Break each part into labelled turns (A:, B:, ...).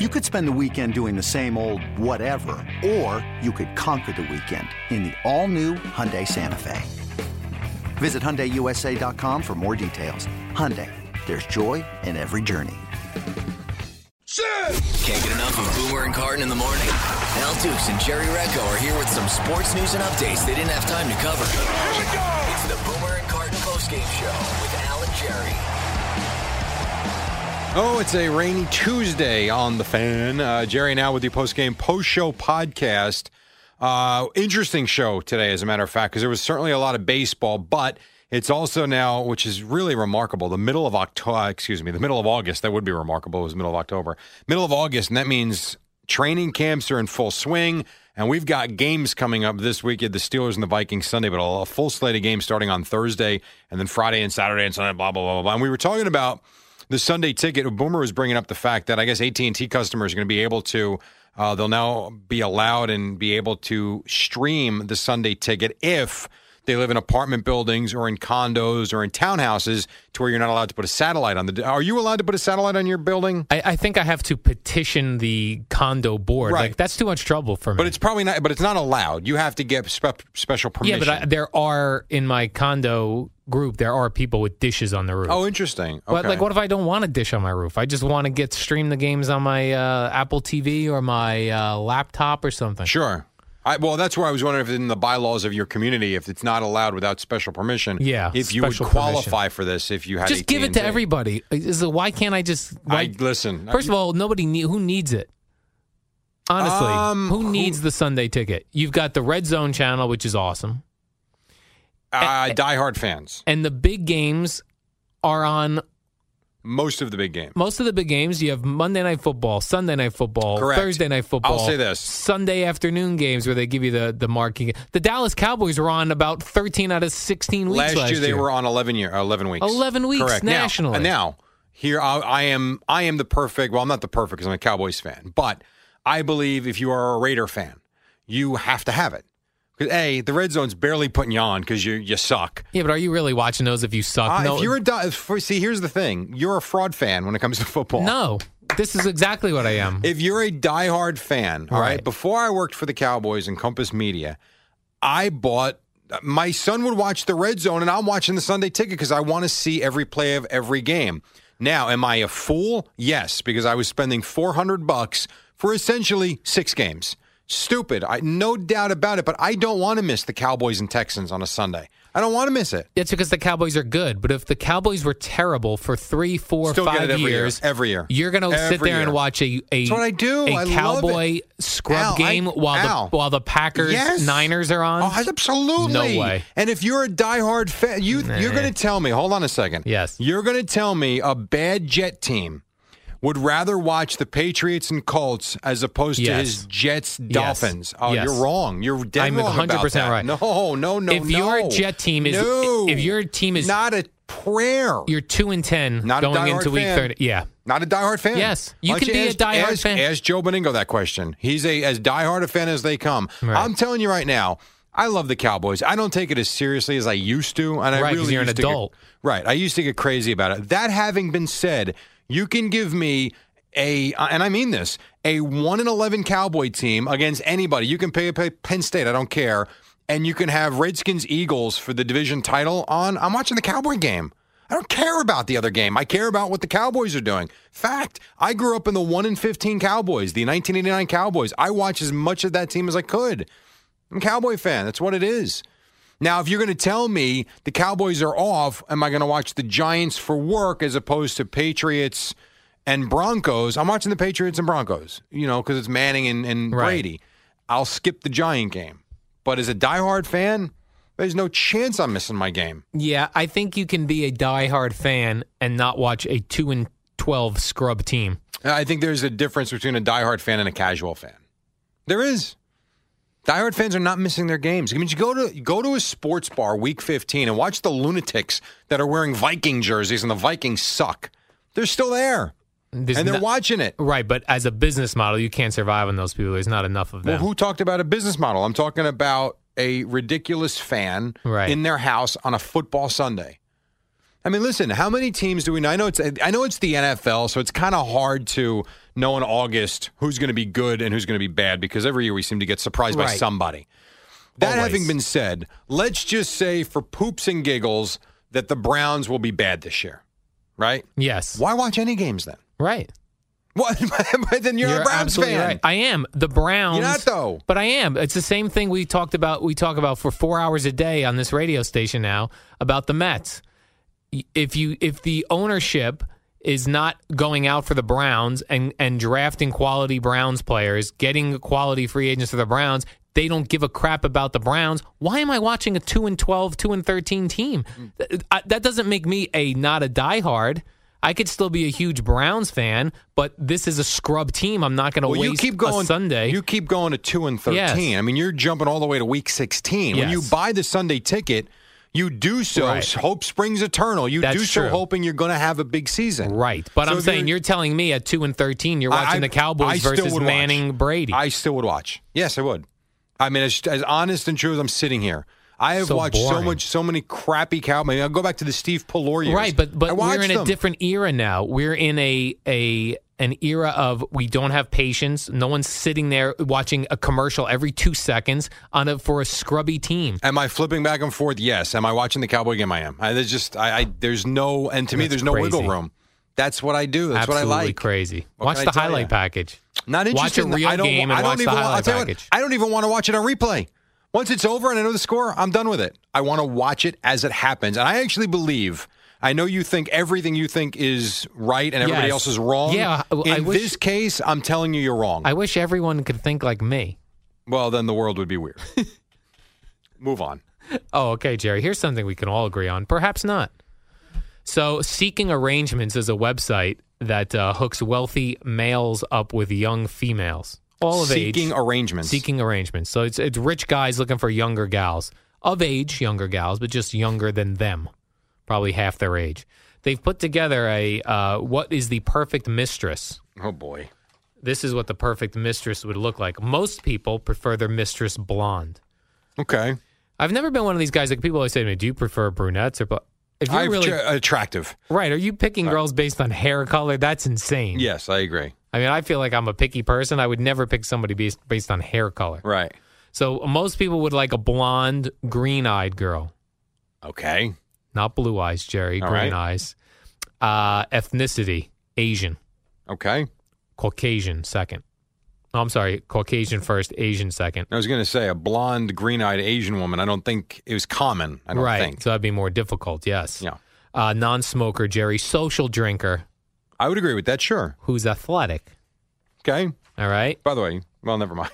A: You could spend the weekend doing the same old whatever, or you could conquer the weekend in the all-new Hyundai Santa Fe. Visit HyundaiUSA.com for more details. Hyundai, there's joy in every journey.
B: Can't get enough of Boomer and Carton in the morning. Al Dukes and Jerry Recco are here with some sports news and updates they didn't have time to cover. Here we go! It's the Boomer and Carton postgame show with Al and Jerry.
C: Oh, it's a rainy Tuesday on the fan. Uh, Jerry now with your post game post show podcast. Uh, interesting show today, as a matter of fact, because there was certainly a lot of baseball, but it's also now, which is really remarkable, the middle of October. Excuse me, the middle of August. That would be remarkable. It was middle of October, middle of August, and that means training camps are in full swing. And we've got games coming up this week at the Steelers and the Vikings Sunday, but a a full slate of games starting on Thursday and then Friday and Saturday and Sunday. Blah blah blah blah. blah. And we were talking about the Sunday ticket. Boomer was bringing up the fact that I guess AT and T customers are going to be able to. Uh, they'll now be allowed and be able to stream the Sunday ticket if they live in apartment buildings or in condos or in townhouses to where you're not allowed to put a satellite on the. Are you allowed to put a satellite on your building?
D: I, I think I have to petition the condo board.
C: Right.
D: Like that's too much trouble for me.
C: But it's probably not. But it's not allowed. You have to get spe- special
D: yeah,
C: permission.
D: but I, there are in my condo group there are people with dishes on the roof.
C: oh, interesting. Okay.
D: But like, what if I don't want a dish on my roof? I just want to get stream the games on my uh, Apple TV or my uh, laptop or something.
C: Sure. I, well, that's where I was wondering if in the bylaws of your community, if it's not allowed without special permission,
D: Yeah,
C: if you would
D: special
C: qualify for this, if you had
D: Just give it to
C: AT&T.
D: everybody. Is it, why can't I just?
C: I
D: Why,
C: listen.
D: first of all, nobody need, who needs it. Honestly,
C: Um,
D: who
C: who-
D: needs the Sunday ticket? You've got the Red Zone channel, which is awesome. eh,
C: uh, diehard fans,
D: and the big games are on
C: most of the big game.
D: most of the big games. You have Monday night football, Sunday night football,
C: Correct.
D: Thursday night football.
C: I'll say this.
D: Sunday afternoon games where they give you the the marking. The Dallas Cowboys were on about 13 out of 16 weeks
C: Last,
D: last,
C: year they were on eleven year, eleven weeks,
D: 11 weeks
C: Correct. Now-
D: nationally.
C: and now here I, I am. I am the perfect. Well, I'm not the perfect because I'm a Cowboys fan, but I believe if you are a Raider fan, you have to have it. Because a the red zone's barely putting you on because you you suck.
D: Yeah, but are you really watching those if you suck?
C: Uh,
D: no.
C: If you're a di- for- see, here's the thing: you're a fraud fan when it comes to football.
D: no. This is exactly what I am.
C: If you're a diehard fan, all right.
D: Right.
C: Before I worked for the Cowboys and Compass Media, I bought. My son would watch the Red Zone, and I'm watching the Sunday Ticket because I want to see every play of every game. Now, am I a fool? Yes, because I was spending 400 bucks for essentially six games. Stupid, I no doubt about it. But I don't want to miss the Cowboys and Texans on a Sunday. I don't want to miss it.
D: That's because the Cowboys are good. But if the Cowboys were terrible for three, four,
C: Still get
D: five
C: it every year,
D: years,
C: every year.
D: you're going to sit
C: Every
D: there and
C: year.
D: watch a a,
C: That's what I do.
D: a
C: I love it.
D: Cowboy scrub
C: Al, I-
D: game while
C: Al.
D: the while the Packers
C: Yes.
D: Niners are on.
C: Oh, absolutely.
D: No way.
C: And if you're a diehard fan, you you're going to tell me. Hold on a second.
D: Yes.
C: You're going to tell me a bad Jet team would rather watch the Patriots and Colts as opposed to
D: Yes.
C: his Jets Dolphins. Oh,
D: Yes.
C: you're wrong. You're dead
D: I'm
C: wrong about
D: 100%
C: that.
D: right.
C: No, no, no.
D: If your
C: no.
D: Jet team is-
C: no,
D: if your team is-
C: not a prayer.
D: You're two and ten
C: Not a
D: going
C: diehard
D: into week
C: fan.
D: thirty. Yeah,
C: Not a diehard fan.
D: Yes. You
C: Why don't
D: can be a
C: ask-
D: diehard
C: ask-
D: fan.
C: Ask Joe Beningo that question. He's a as diehard a fan as they come.
D: Right.
C: I'm telling you right now, I love the Cowboys. I don't take it as seriously as I used to, and I
D: Right, 'cause
C: really
D: you're an
C: used to get-
D: adult.
C: right, I used to get crazy about it. That having been said, you can give me a, uh, and I mean this, a one in eleven Cowboy team against anybody. You can pay, pay Penn State. I don't care. And you can have Redskins Eagles for the division title on. I'm watching the Cowboy game. I don't care about the other game. I care about what the Cowboys are doing. Fact, I grew up in the 1 in 15 Cowboys, the 1989 Cowboys. I watched as much of that team as I could. I'm a Cowboy fan. That's what it is. Now, if you're going to tell me the Cowboys are off, am I going to watch the Giants for work as opposed to Patriots and Broncos? I'm watching the Patriots and Broncos, you know, because it's Manning and, and
D: Right.
C: Brady. I'll skip the Giant game. But as a diehard fan, there's no chance I'm missing my game.
D: yeah. I think you can be a diehard fan and not watch a two and twelve scrub team.
C: Uh, I think there's a difference between a diehard fan and a casual fan. There is. Diehard fans are not missing their games. I mean, you go to you go to a sports bar week 15 and watch the lunatics that are wearing Viking jerseys and the Vikings suck. They're still there
D: There's
C: and they're
D: no-
C: watching it.
D: Right, but as a business model, you can't survive on those people. There's not enough of
C: Well,
D: them.
C: who talked about a business model? I'm talking about a ridiculous fan
D: Right.
C: in their house on a football Sunday. I mean, listen, how many teams do we know? I know it's I know it's the NFL, so it's kind of hard to know in August who's going to be good and who's going to be bad because every year we seem to get surprised by
D: Right.
C: somebody. That
D: Always.
C: having been said, let's just say for poops and giggles that the Browns will be bad this year, right?
D: yes.
C: Why watch any games then?
D: Right.
C: What? then you're, a Browns
D: absolutely
C: fan.
D: right. I am the Browns.
C: You're not though.
D: But I am. It's the same thing we talked about. We talk about for four hours a day on this radio station now about the Mets. Y- If you if the ownership is not going out for the Browns and and drafting quality Browns players, getting quality free agents for the Browns, they don't give a crap about the Browns. Why am I watching a two and 12, 2 and thirteen team? Th- I- That doesn't make me a not a diehard. I could still be a huge Browns fan, but this is a scrub team. I'm not going to
C: well,
D: waste
C: you keep going
D: a Sunday.
C: You keep going to two and thirteen.
D: Yes.
C: I mean, you're jumping all the way to week sixteen. When you
D: Yes.
C: buy the Sunday ticket, you do so
D: Right.
C: hope springs eternal. You
D: That's
C: do so
D: true.
C: hoping you're going to have a big season.
D: Right, but
C: So
D: I'm
C: if
D: saying you're, telling me at two and thirteen, you're watching
C: I-
D: the Cowboys
C: I still
D: versus
C: would watch.
D: Manning Brady.
C: I still would watch. Yes, I would. I mean, as, as honest and true as I'm sitting here, I have
D: So
C: watched so
D: boring.
C: much, so many crappy Cowboys. I mean, I'll go back to the Steve Pelor years.
D: right, but
C: I
D: but we're
C: watched
D: in a
C: them.
D: different era now. We're in a a an era of we don't have patience. No one's sitting there watching a commercial every two seconds on a for a scrubby team.
C: Am I flipping back and forth? Yes. Am I watching the Cowboy game? I am. I, there's just I, I there's no and to me there's
D: That's
C: no wiggle
D: crazy.
C: room. That's what I do. That's
D: Absolutely
C: what I like.
D: crazy.
C: What
D: watch
C: can I
D: the
C: tell
D: highlight
C: ya?
D: package.
C: Not
D: Watch
C: interested.
D: a
C: in-
D: real
C: I don't,
D: game
C: I
D: and
C: don't
D: watch the
C: even, wa- I'll
D: highlight
C: tell you what,
D: package.
C: I don't even want to watch it on replay. Once it's over and I know the score, I'm done with it. I want to watch it as it happens. And I actually believe. I know you think everything you think is right and everybody
D: Yes.
C: else is wrong.
D: Yeah, I-
C: In
D: I wish-
C: this case, I'm telling you, you're wrong.
D: I wish everyone could think like me.
C: well, then the world would be weird. Move on.
D: Oh, okay, Jerry. Here's something we can all agree on. Perhaps not. So, Seeking Arrangements is a website that uh, hooks wealthy males up with young females, all of
C: Seeking
D: age.
C: arrangements.
D: Seeking Arrangements. So, it's, it's rich guys looking for younger gals, of age, younger gals, but just younger than them, probably half their age. They've put together a uh, what is the perfect mistress
C: Oh boy.
D: this is what the perfect mistress would look like. Most people prefer their mistress blonde.
C: Okay.
D: I've never been one of these guys. Like people always say to me, "Do you prefer brunettes or?" Bl-? If you're
C: I've
D: really
C: tra- attractive.
D: right, are you picking girls based on hair color? That's insane.
C: Yes, I agree.
D: I mean, I feel like I'm a picky person. I would never pick somebody based based on hair color.
C: Right.
D: So most people would like a blonde, green eyed girl,
C: Okay.
D: not blue eyes, Jerry.
C: All
D: green
C: right.
D: eyes. Uh, ethnicity: Asian,
C: Okay.
D: Caucasian second. Oh, I'm sorry, Caucasian first, Asian second.
C: I was going to say a blonde, green-eyed Asian woman. I don't think it was common. I don't
D: right.
C: think.
D: So that'd be more difficult, yes.
C: Yeah.
D: Uh, non smoker, Jerry, social drinker
C: I would agree with that. Sure.
D: who's athletic.
C: Okay.
D: All right.
C: By the way, well, never mind.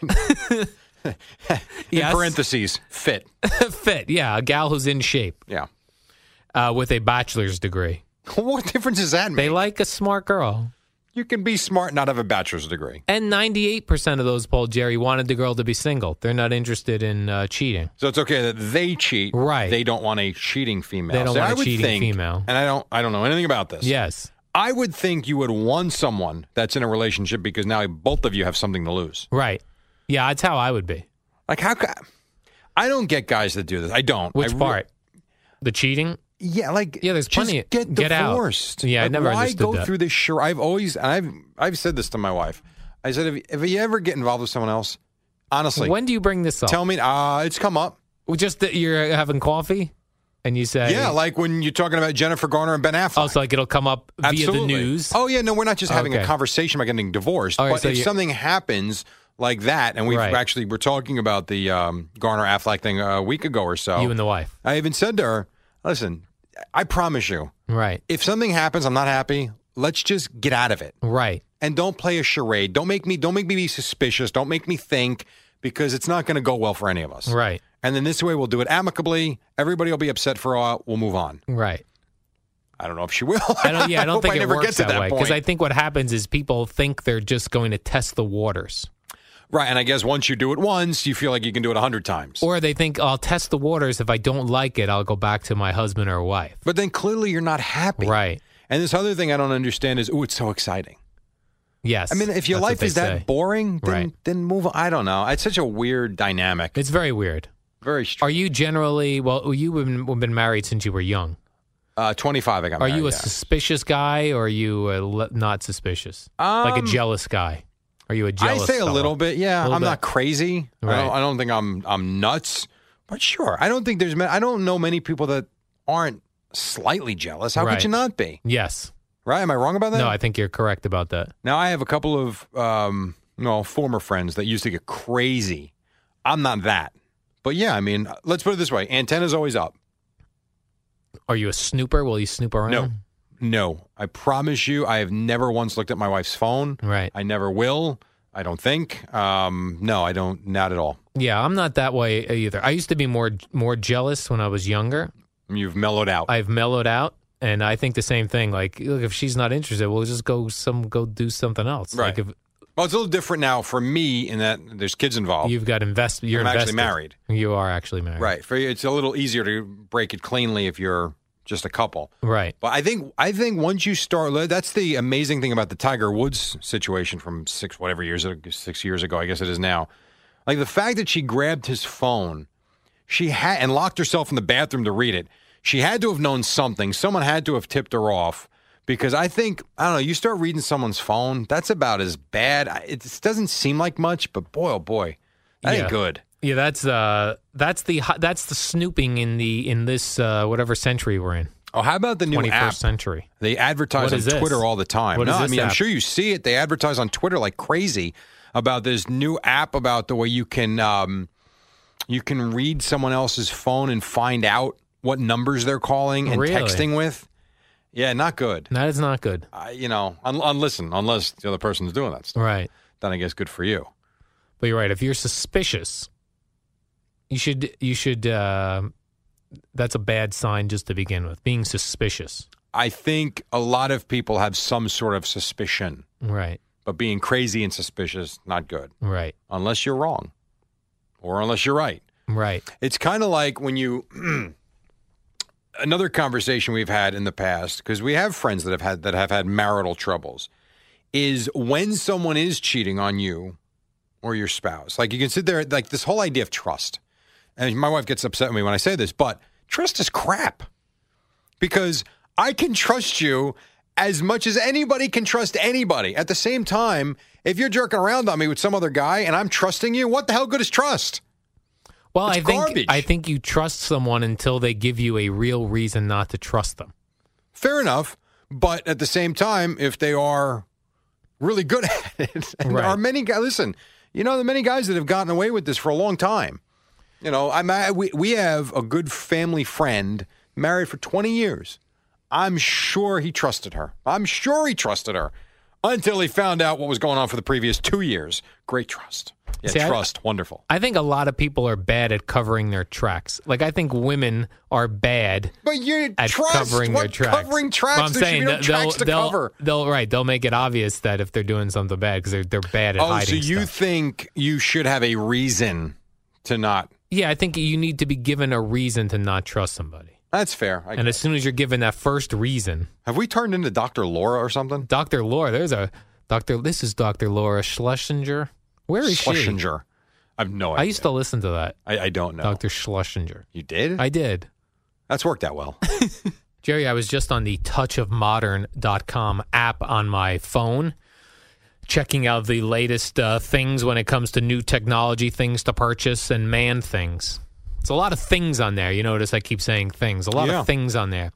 D: Yes.
C: In parentheses, fit.
D: Fit. Yeah. A gal who's in shape
C: Yeah.
D: uh, with a bachelor's degree.
C: What difference does that make?
D: They like a smart girl.
C: you can be smart and not have a bachelor's degree.
D: And 98% of those polled, Jerry, wanted the girl to be single. They're not interested in uh, cheating.
C: So it's okay that they cheat.
D: Right.
C: They don't want a cheating female.
D: They don't
C: So
D: want
C: I
D: a
C: would
D: cheating
C: think-
D: female.
C: And I don't. I don't know anything about this.
D: Yes.
C: I would think you would want someone that's in a relationship because now both of you have something to lose.
D: Right. Yeah. That's how I would be.
C: Like how? ca- I don't get guys that do this. I don't.
D: Which
C: I re-
D: part? The cheating?
C: Yeah, like
D: Yeah, there's
C: just
D: plenty-
C: Get
D: get out.
C: divorced.
D: Yeah, I
C: Like,
D: never
C: why
D: understood
C: go
D: that.
C: through this. Sure, I've always and I've I've said this to my wife. I said, if, if you ever get involved with someone else, honestly,
D: when do you bring this up?
C: tell me. Uh, it's come up.
D: Well, Just that you're having coffee and you say,
C: yeah, like when you're talking about Jennifer Garner and Ben Affleck.
D: Oh, so like it'll come up via
C: Absolutely.
D: the news.
C: Oh yeah, no, we're not just having a
D: Okay.
C: conversation about getting divorced.
D: All right,
C: but
D: so
C: if
D: you-
C: something happens like that, and we have
D: Right.
C: actually we're talking about the um, Garner Affleck thing a week ago or so.
D: You and the wife.
C: I even said to her, "Listen, I promise you,
D: Right.
C: if something happens, I'm not happy. Let's just get out of it."
D: Right.
C: and don't play a charade. Don't make me don't make me be suspicious. Don't make me think because it's not going to go well for any of us.
D: Right.
C: And then this way we'll do it amicably. Everybody will be upset for a while. We'll move on.
D: Right.
C: I don't know if she will.
D: I don't. Yeah, I don't
C: hope
D: think it
C: never
D: works
C: get to that,
D: way
C: point.
D: because I think what happens is people think they're just going to test the waters,
C: right, and I guess once you do it once, you feel like you can do it a hundred times.
D: or they think I'll test the waters. If I don't like it, I'll go back to my husband or wife.
C: but then clearly you're not happy,
D: Right.
C: And this other thing I don't understand is, oh, it's so exciting.
D: Yes.
C: I mean, if your
D: that's what
C: life
D: they
C: is that
D: say.
C: boring, then,
D: Right.
C: then move on. I don't know. It's such a weird dynamic.
D: it's very weird.
C: Very
D: Are
C: strange.
D: you generally well? You've been, been married since you were young.
C: Uh, 25, I got
D: Are
C: married,
D: you a
C: yeah.
D: suspicious guy or are you a le- not suspicious? like a
C: Um,
D: jealous guy? Are you a
C: I
D: jealous?
C: say a
D: fella?
C: little bit, yeah.
D: Little
C: I'm
D: bit.
C: not crazy. I, don't,
D: Right.
C: I don't think I'm I'm nuts, but sure. I don't think there's. ma- I don't know many people that aren't slightly jealous. How could
D: Right.
C: you not be?
D: Yes.
C: Right? Am I wrong about that?
D: No, I think you're correct about that.
C: now I have a couple of um, no former friends that used to get crazy. I'm not that, but yeah. I mean, let's put it this way: antenna's always up.
D: Are you a snooper? Will you snoop around?
C: No, no. I promise you, I have never once looked at my wife's phone.
D: Right.
C: I never will. I don't think. Um, no, I don't. Not at all.
D: Yeah, I'm not that way either. I used to be more more jealous when I was younger.
C: You've mellowed out.
D: I've mellowed out, and I think the same thing. Like, look, if she's not interested, we'll just go some go do something else.
C: Right.
D: Like if
C: Well, it's a little different now for me in that there's kids involved.
D: you've got invest, you're
C: I'm actually
D: invested.
C: married.
D: You are actually married.
C: Right. For you, it's a little easier to break it cleanly if you're just a couple.
D: Right.
C: But I think I think once you start, that's the amazing thing about the Tiger Woods situation from six whatever years ago- six years ago, I guess it is now. Like the fact that she grabbed his phone, she had and locked herself in the bathroom to read it. She had to have known something. Someone had to have tipped her off because I think I don't know. You start reading someone's phone, that's about as bad. I- It just doesn't seem like much, but boy, oh boy, that
D: Yeah.
C: ain't good.
D: Yeah, that's uh, that's the hi- that's the snooping in the in this uh, whatever century we're in,
C: Oh, how about the new
D: twenty
C: app?
D: first century.
C: They advertise
D: What
C: on
D: is this?
C: Twitter all the time.
D: What
C: no,
D: is
C: I
D: this
C: mean, I'm
D: app?
C: sure you see it. They advertise on Twitter like crazy about this new app about the way you can um, you can read someone else's phone and find out what numbers they're calling and
D: Really?
C: texting with. Yeah, not good.
D: That is not good.
C: I, you know, un- un- listen, unless the other person's doing that stuff,
D: Right,
C: then I guess good for you.
D: but you're right. If you're suspicious, you should you should. Uh, that's a bad sign just to begin with. Being suspicious.
C: I think a lot of people have some sort of suspicion,
D: Right,
C: but being crazy and suspicious, not good,
D: right,
C: unless you're wrong or unless you're right.
D: right.
C: It's kind of like when you. another conversation we've had in the past because we have friends that have had that have had marital troubles is when someone is cheating on you or your spouse. Like you can sit there like this whole idea of trust. And my wife gets upset with me when I say this, but trust is crap. Because I can trust you as much as anybody can trust anybody. At the same time, if you're jerking around on me with some other guy and I'm trusting you, what the hell good is trust?
D: Well,
C: It's
D: I think
C: garbage.
D: I think you trust someone until they give you a real reason not to trust them.
C: fair enough. But at the same time, if they are really good at it, and
D: Right.
C: there are many guys. Listen, you know the many guys that have gotten away with this for a long time. You know, I'm I, we we have a good family friend married for 20 years. I'm sure he trusted her. I'm sure he trusted her until he found out what was going on for the previous two years. Great trust. Yeah,
D: See, I-
C: trust. wonderful.
D: I think a lot of people are bad at covering their tracks. Like I think women are bad
C: But you
D: at
C: trust
D: covering
C: what
D: their tracks.
C: Covering tracks.
D: Well, I'm
C: There should
D: saying
C: be no
D: that
C: tracks
D: they'll,
C: to
D: they'll,
C: cover.
D: they'll right. They'll make it obvious that if they're doing something bad because they're they're bad at
C: Oh, so
D: hiding.
C: you
D: stuff.
C: think you should have a reason to not?
D: yeah, I think you need to be given a reason to not trust somebody.
C: That's fair. I
D: And as soon as you're given that first reason,
C: have we turned into Dr. Laura or something?
D: Dr. Laura, there's a Dr. This is Dr. Laura Schlesinger. Where is she?
C: Schlesinger. I have no idea.
D: I used to listen to that,
C: I, I don't know.
D: Dr. Schlesinger.
C: You did?
D: I did.
C: That's worked out well.
D: Jerry, I was just on the touchofmodern.com app on my phone, checking out the latest uh, things when it comes to new technology, things to purchase, and man things. It's a lot of things on there. You notice I keep saying things, a lot
C: Yeah.
D: of things on there.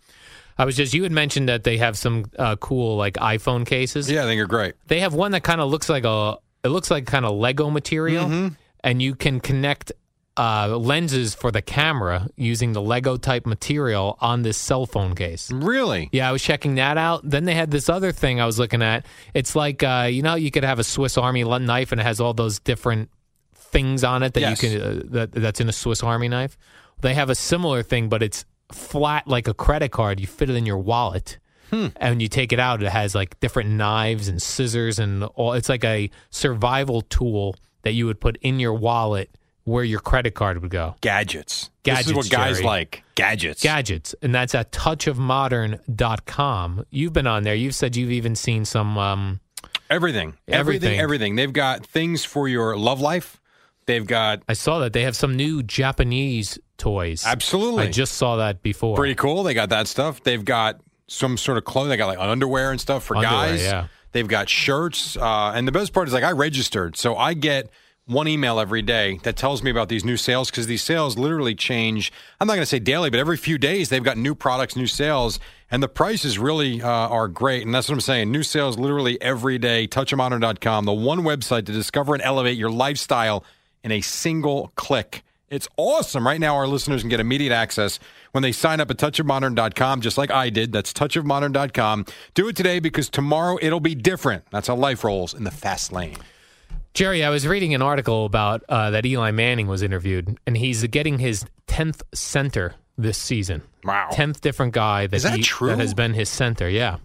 D: I was just, you had mentioned that they have some uh, cool like iPhone cases.
C: yeah, I think you're great.
D: They have one that kind of looks like a, it looks like kind of Lego material, and you can connect uh, lenses for the camera using the Lego type material on this cell phone case.
C: Really?
D: Yeah, I was checking that out. Then they had this other thing I was looking at. It's like uh, you know, you could have a Swiss Army l- knife, and it has all those different things on it that
C: Yes.
D: you can uh, that that's in a Swiss Army knife. They have a similar thing, but it's flat like a credit card. You fit it in your wallet, and when you take it out, it has like different knives and scissors and all. It's like a survival tool that you would put in your wallet where your credit card would go.
C: Gadgets. this is
D: Gadgets,
C: what guys
D: Jerry.
C: like. Gadgets.
D: Gadgets, and that's at touchofmodern.com. You've been on there. You've said you've even seen some. Um,
C: Everything. Everything.
D: Everything.
C: Everything. They've got things for your love life. They've got
D: I saw that they have some new Japanese toys.
C: absolutely
D: I just saw that before.
C: pretty cool. They got that stuff. They've got some sort of clothing. They got like underwear and stuff for
D: Underwear,
C: guys.
D: yeah.
C: They've got shirts. Uh, and the best part is like I registered, so I get one email every day that tells me about these new sales because these sales literally change. I'm not going to say daily, but every few days they've got new products, new sales, and the prices really uh, are great. And that's what I'm saying. New sales literally every day. Touchemodern.com, the one website to discover and elevate your lifestyle in a single click. It's awesome. Right now, our listeners can get immediate access when they sign up at touchofmodern.com, just like I did. That's touchofmodern.com. Do it today because tomorrow it'll be different. That's how life rolls in the fast lane.
D: Jerry, I was reading an article about uh, that Eli Manning was interviewed, and he's getting his tenth center this season.
C: Wow.
D: tenth different guy that
C: Is that
D: he-
C: true?
D: has been his center. Yeah,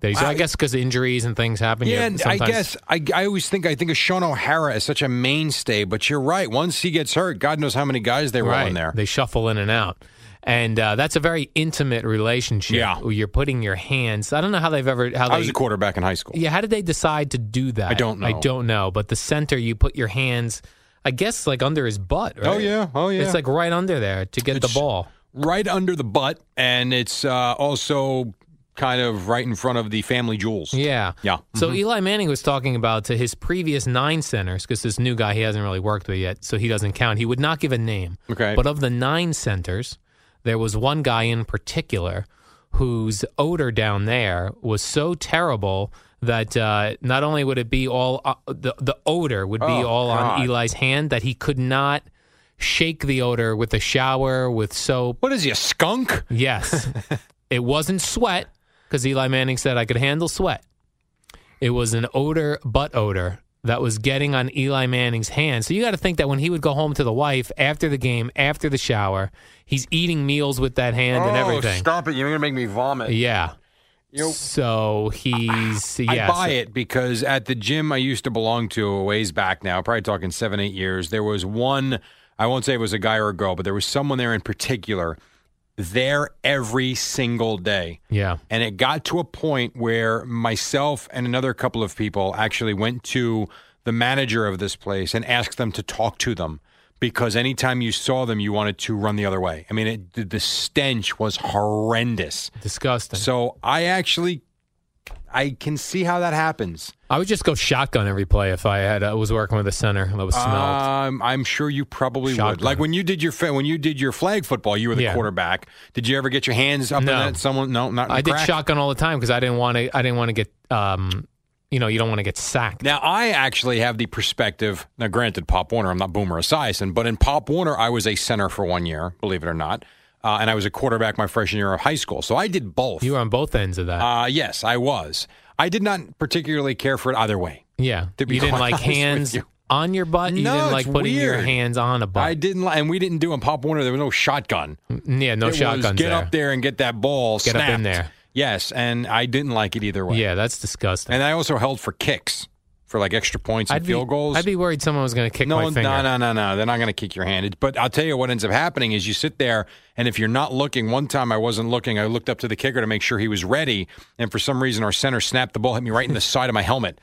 D: that he's, I guess because injuries and things happen. you
C: Yeah, and I
D: sometimes-
C: guess I, I always think I think of Sean O'Hara as such a mainstay, but you're right. Once he gets hurt, God knows how many guys they roll in there.
D: They shuffle in and out. And uh, that's a very intimate relationship.
C: Yeah.
D: where you're putting your hands. I don't know how they've ever how
C: I
D: they
C: was a quarterback in high school.
D: Yeah, how did they decide to do that?
C: I don't
D: I
C: know.
D: don't know. But the center, you put your hands, I guess, like under his butt. Right?
C: Oh, yeah. Oh, yeah.
D: It's like right under there to get
C: It's-
D: the ball.
C: Right under the butt, and it's uh, also kind of right in front of the family jewels.
D: Yeah.
C: Yeah. Mm-hmm.
D: So Eli Manning was talking about to his previous nine centers because this new guy he hasn't really worked with yet, so he doesn't count. He would not give a name.
C: Okay.
D: But of the nine centers, there was one guy in particular whose odor down there was so terrible that uh, not only would it be all uh, the the odor would be
C: Oh,
D: all
C: God.
D: on Eli's hand that he could not shake the odor with a shower with soap.
C: What is he, a skunk?
D: Yes. it wasn't sweat because Eli Manning said I could handle sweat. It was an odor, butt odor that was getting on Eli Manning's hand. So you got to think that when he would go home to the wife after the game, after the shower, he's eating meals with that hand and everything.
C: Oh, Stop it. You're going to make me vomit.
D: Yeah.
C: You know,
D: So he's yeah.
C: I buy it because at the gym I used to belong to a ways back now, probably talking seven, eight years, there was one, I won't say it was a guy or a girl, but there was someone there in particular there every single day.
D: Yeah.
C: And it got to a point where myself and another couple of people actually went to the manager of this place and asked them to talk to them because anytime you saw them, you wanted to run the other way. I mean, it, the- the stench was horrendous.
D: Disgusting.
C: So I actually, I can see how that happens.
D: I would just go shotgun every play if I had I was working with a center that was smelled.
C: Um, I'm sure you probably would.
D: Shotgun.
C: Like when you did your fa- when you did your flag football, you were the
D: Yeah.
C: quarterback. Did you ever get your hands up
D: No.
C: in that? Someone? No, not. in
D: I
C: the
D: did
C: crack?
D: shotgun all the time because I didn't want to. I didn't want to get. Um, you know, you don't want to get sacked.
C: Now I actually have the perspective. Now, granted, Pop Warner, I'm not Boomer Esiason, but in Pop Warner, I was a center for one year, believe it or not, uh, and I was a quarterback my freshman year of high school. So I did both.
D: You were on both ends of that.
C: uh, yes, I was. I did not particularly care for it either way.
D: yeah.
C: to be
D: you didn't
C: quite
D: like
C: honest with
D: hands
C: you.
D: on your butt. You
C: No,
D: didn't like
C: it's
D: putting your
C: weird.
D: hands on a butt.
C: I didn't, li- and we didn't do in Pop Warner. There was no shotgun.
D: yeah, no
C: It was
D: shotguns
C: get
D: there.
C: up there and get that ball.
D: Get up in
C: snapped.
D: there.
C: Yes, and I didn't like it either way.
D: Yeah, that's disgusting.
C: and I also held for kicks for like extra points and
D: I'd
C: field
D: be,
C: goals.
D: I'd be worried someone was going to kick
C: no,
D: my
C: no,
D: finger.
C: no, no, no. They're not going to kick your hand. It- But I'll tell you what ends up happening is you sit there, and if you're not looking, one time I wasn't looking. I looked up to the kicker to make sure he was ready, and for some reason our center snapped the ball, hit me right in the side of my helmet,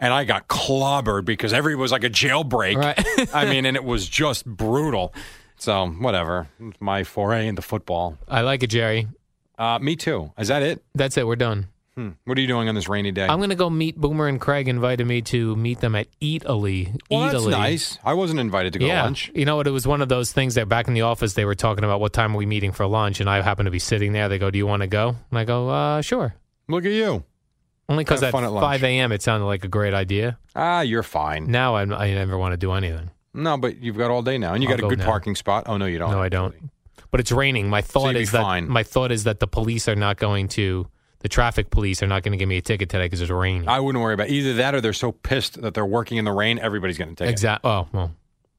C: and I got clobbered because everybody was like a jailbreak.
D: Right.
C: I mean, and it was just brutal. So whatever, It's my foray into football.
D: I like it, Jerry.
C: Uh, me too. Is that it?
D: That's it. We're done.
C: Hmm. What are you doing on this rainy day?
D: I'm going to go meet Boomer and Craig. Invited me to meet them at Eataly.
C: well, that's
D: Eataly.
C: nice. I wasn't invited to go to
D: Yeah,
C: lunch.
D: you know what? It was one of those things that back in the office they were talking about what time are we meeting for lunch, and I happened to be sitting there. They go, "Do you want to go?" And I go, "Uh, sure."
C: Look at you.
D: Only because
C: Have
D: at
C: fun at lunch.
D: 5 a.m. it sounded like a great idea.
C: Ah, you're fine.
D: Now I'm, I never want to do anything.
C: No, but you've got all day now, and you
D: I'll
C: got a
D: go
C: good
D: now.
C: parking spot. Oh no, you don't.
D: no, I don't. But it's raining. My thought
C: you'd be
D: is that
C: fine.
D: my thought is that the police are not going to the traffic police are not going to give me a ticket today because it's raining.
C: I wouldn't worry about it. either that, or they're so pissed that they're working in the rain. Everybody's going to take
D: Exactly. Oh well,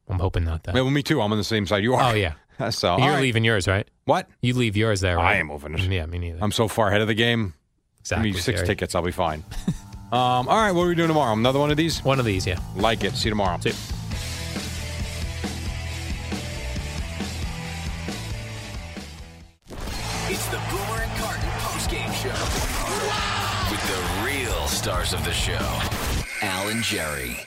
D: I'm hoping not
C: it.
D: that.
C: Well, me too. I'm on the same side you are.
D: Oh yeah,
C: So all
D: You're
C: right.
D: leaving yours, right?
C: What?
D: You leave yours there,
C: I
D: right?
C: am moving it.
D: Yeah, me neither.
C: I'm so far ahead of the game. Give
D: exactly.
C: me six
D: Jerry.
C: tickets. I'll be fine. um, all right. What are we doing tomorrow? Another one of these?
D: One of these, yeah.
C: Like it. See you tomorrow.
D: See ya.
B: It's the Boomer and Carton postgame show with the real stars of the show, Al and Jerry.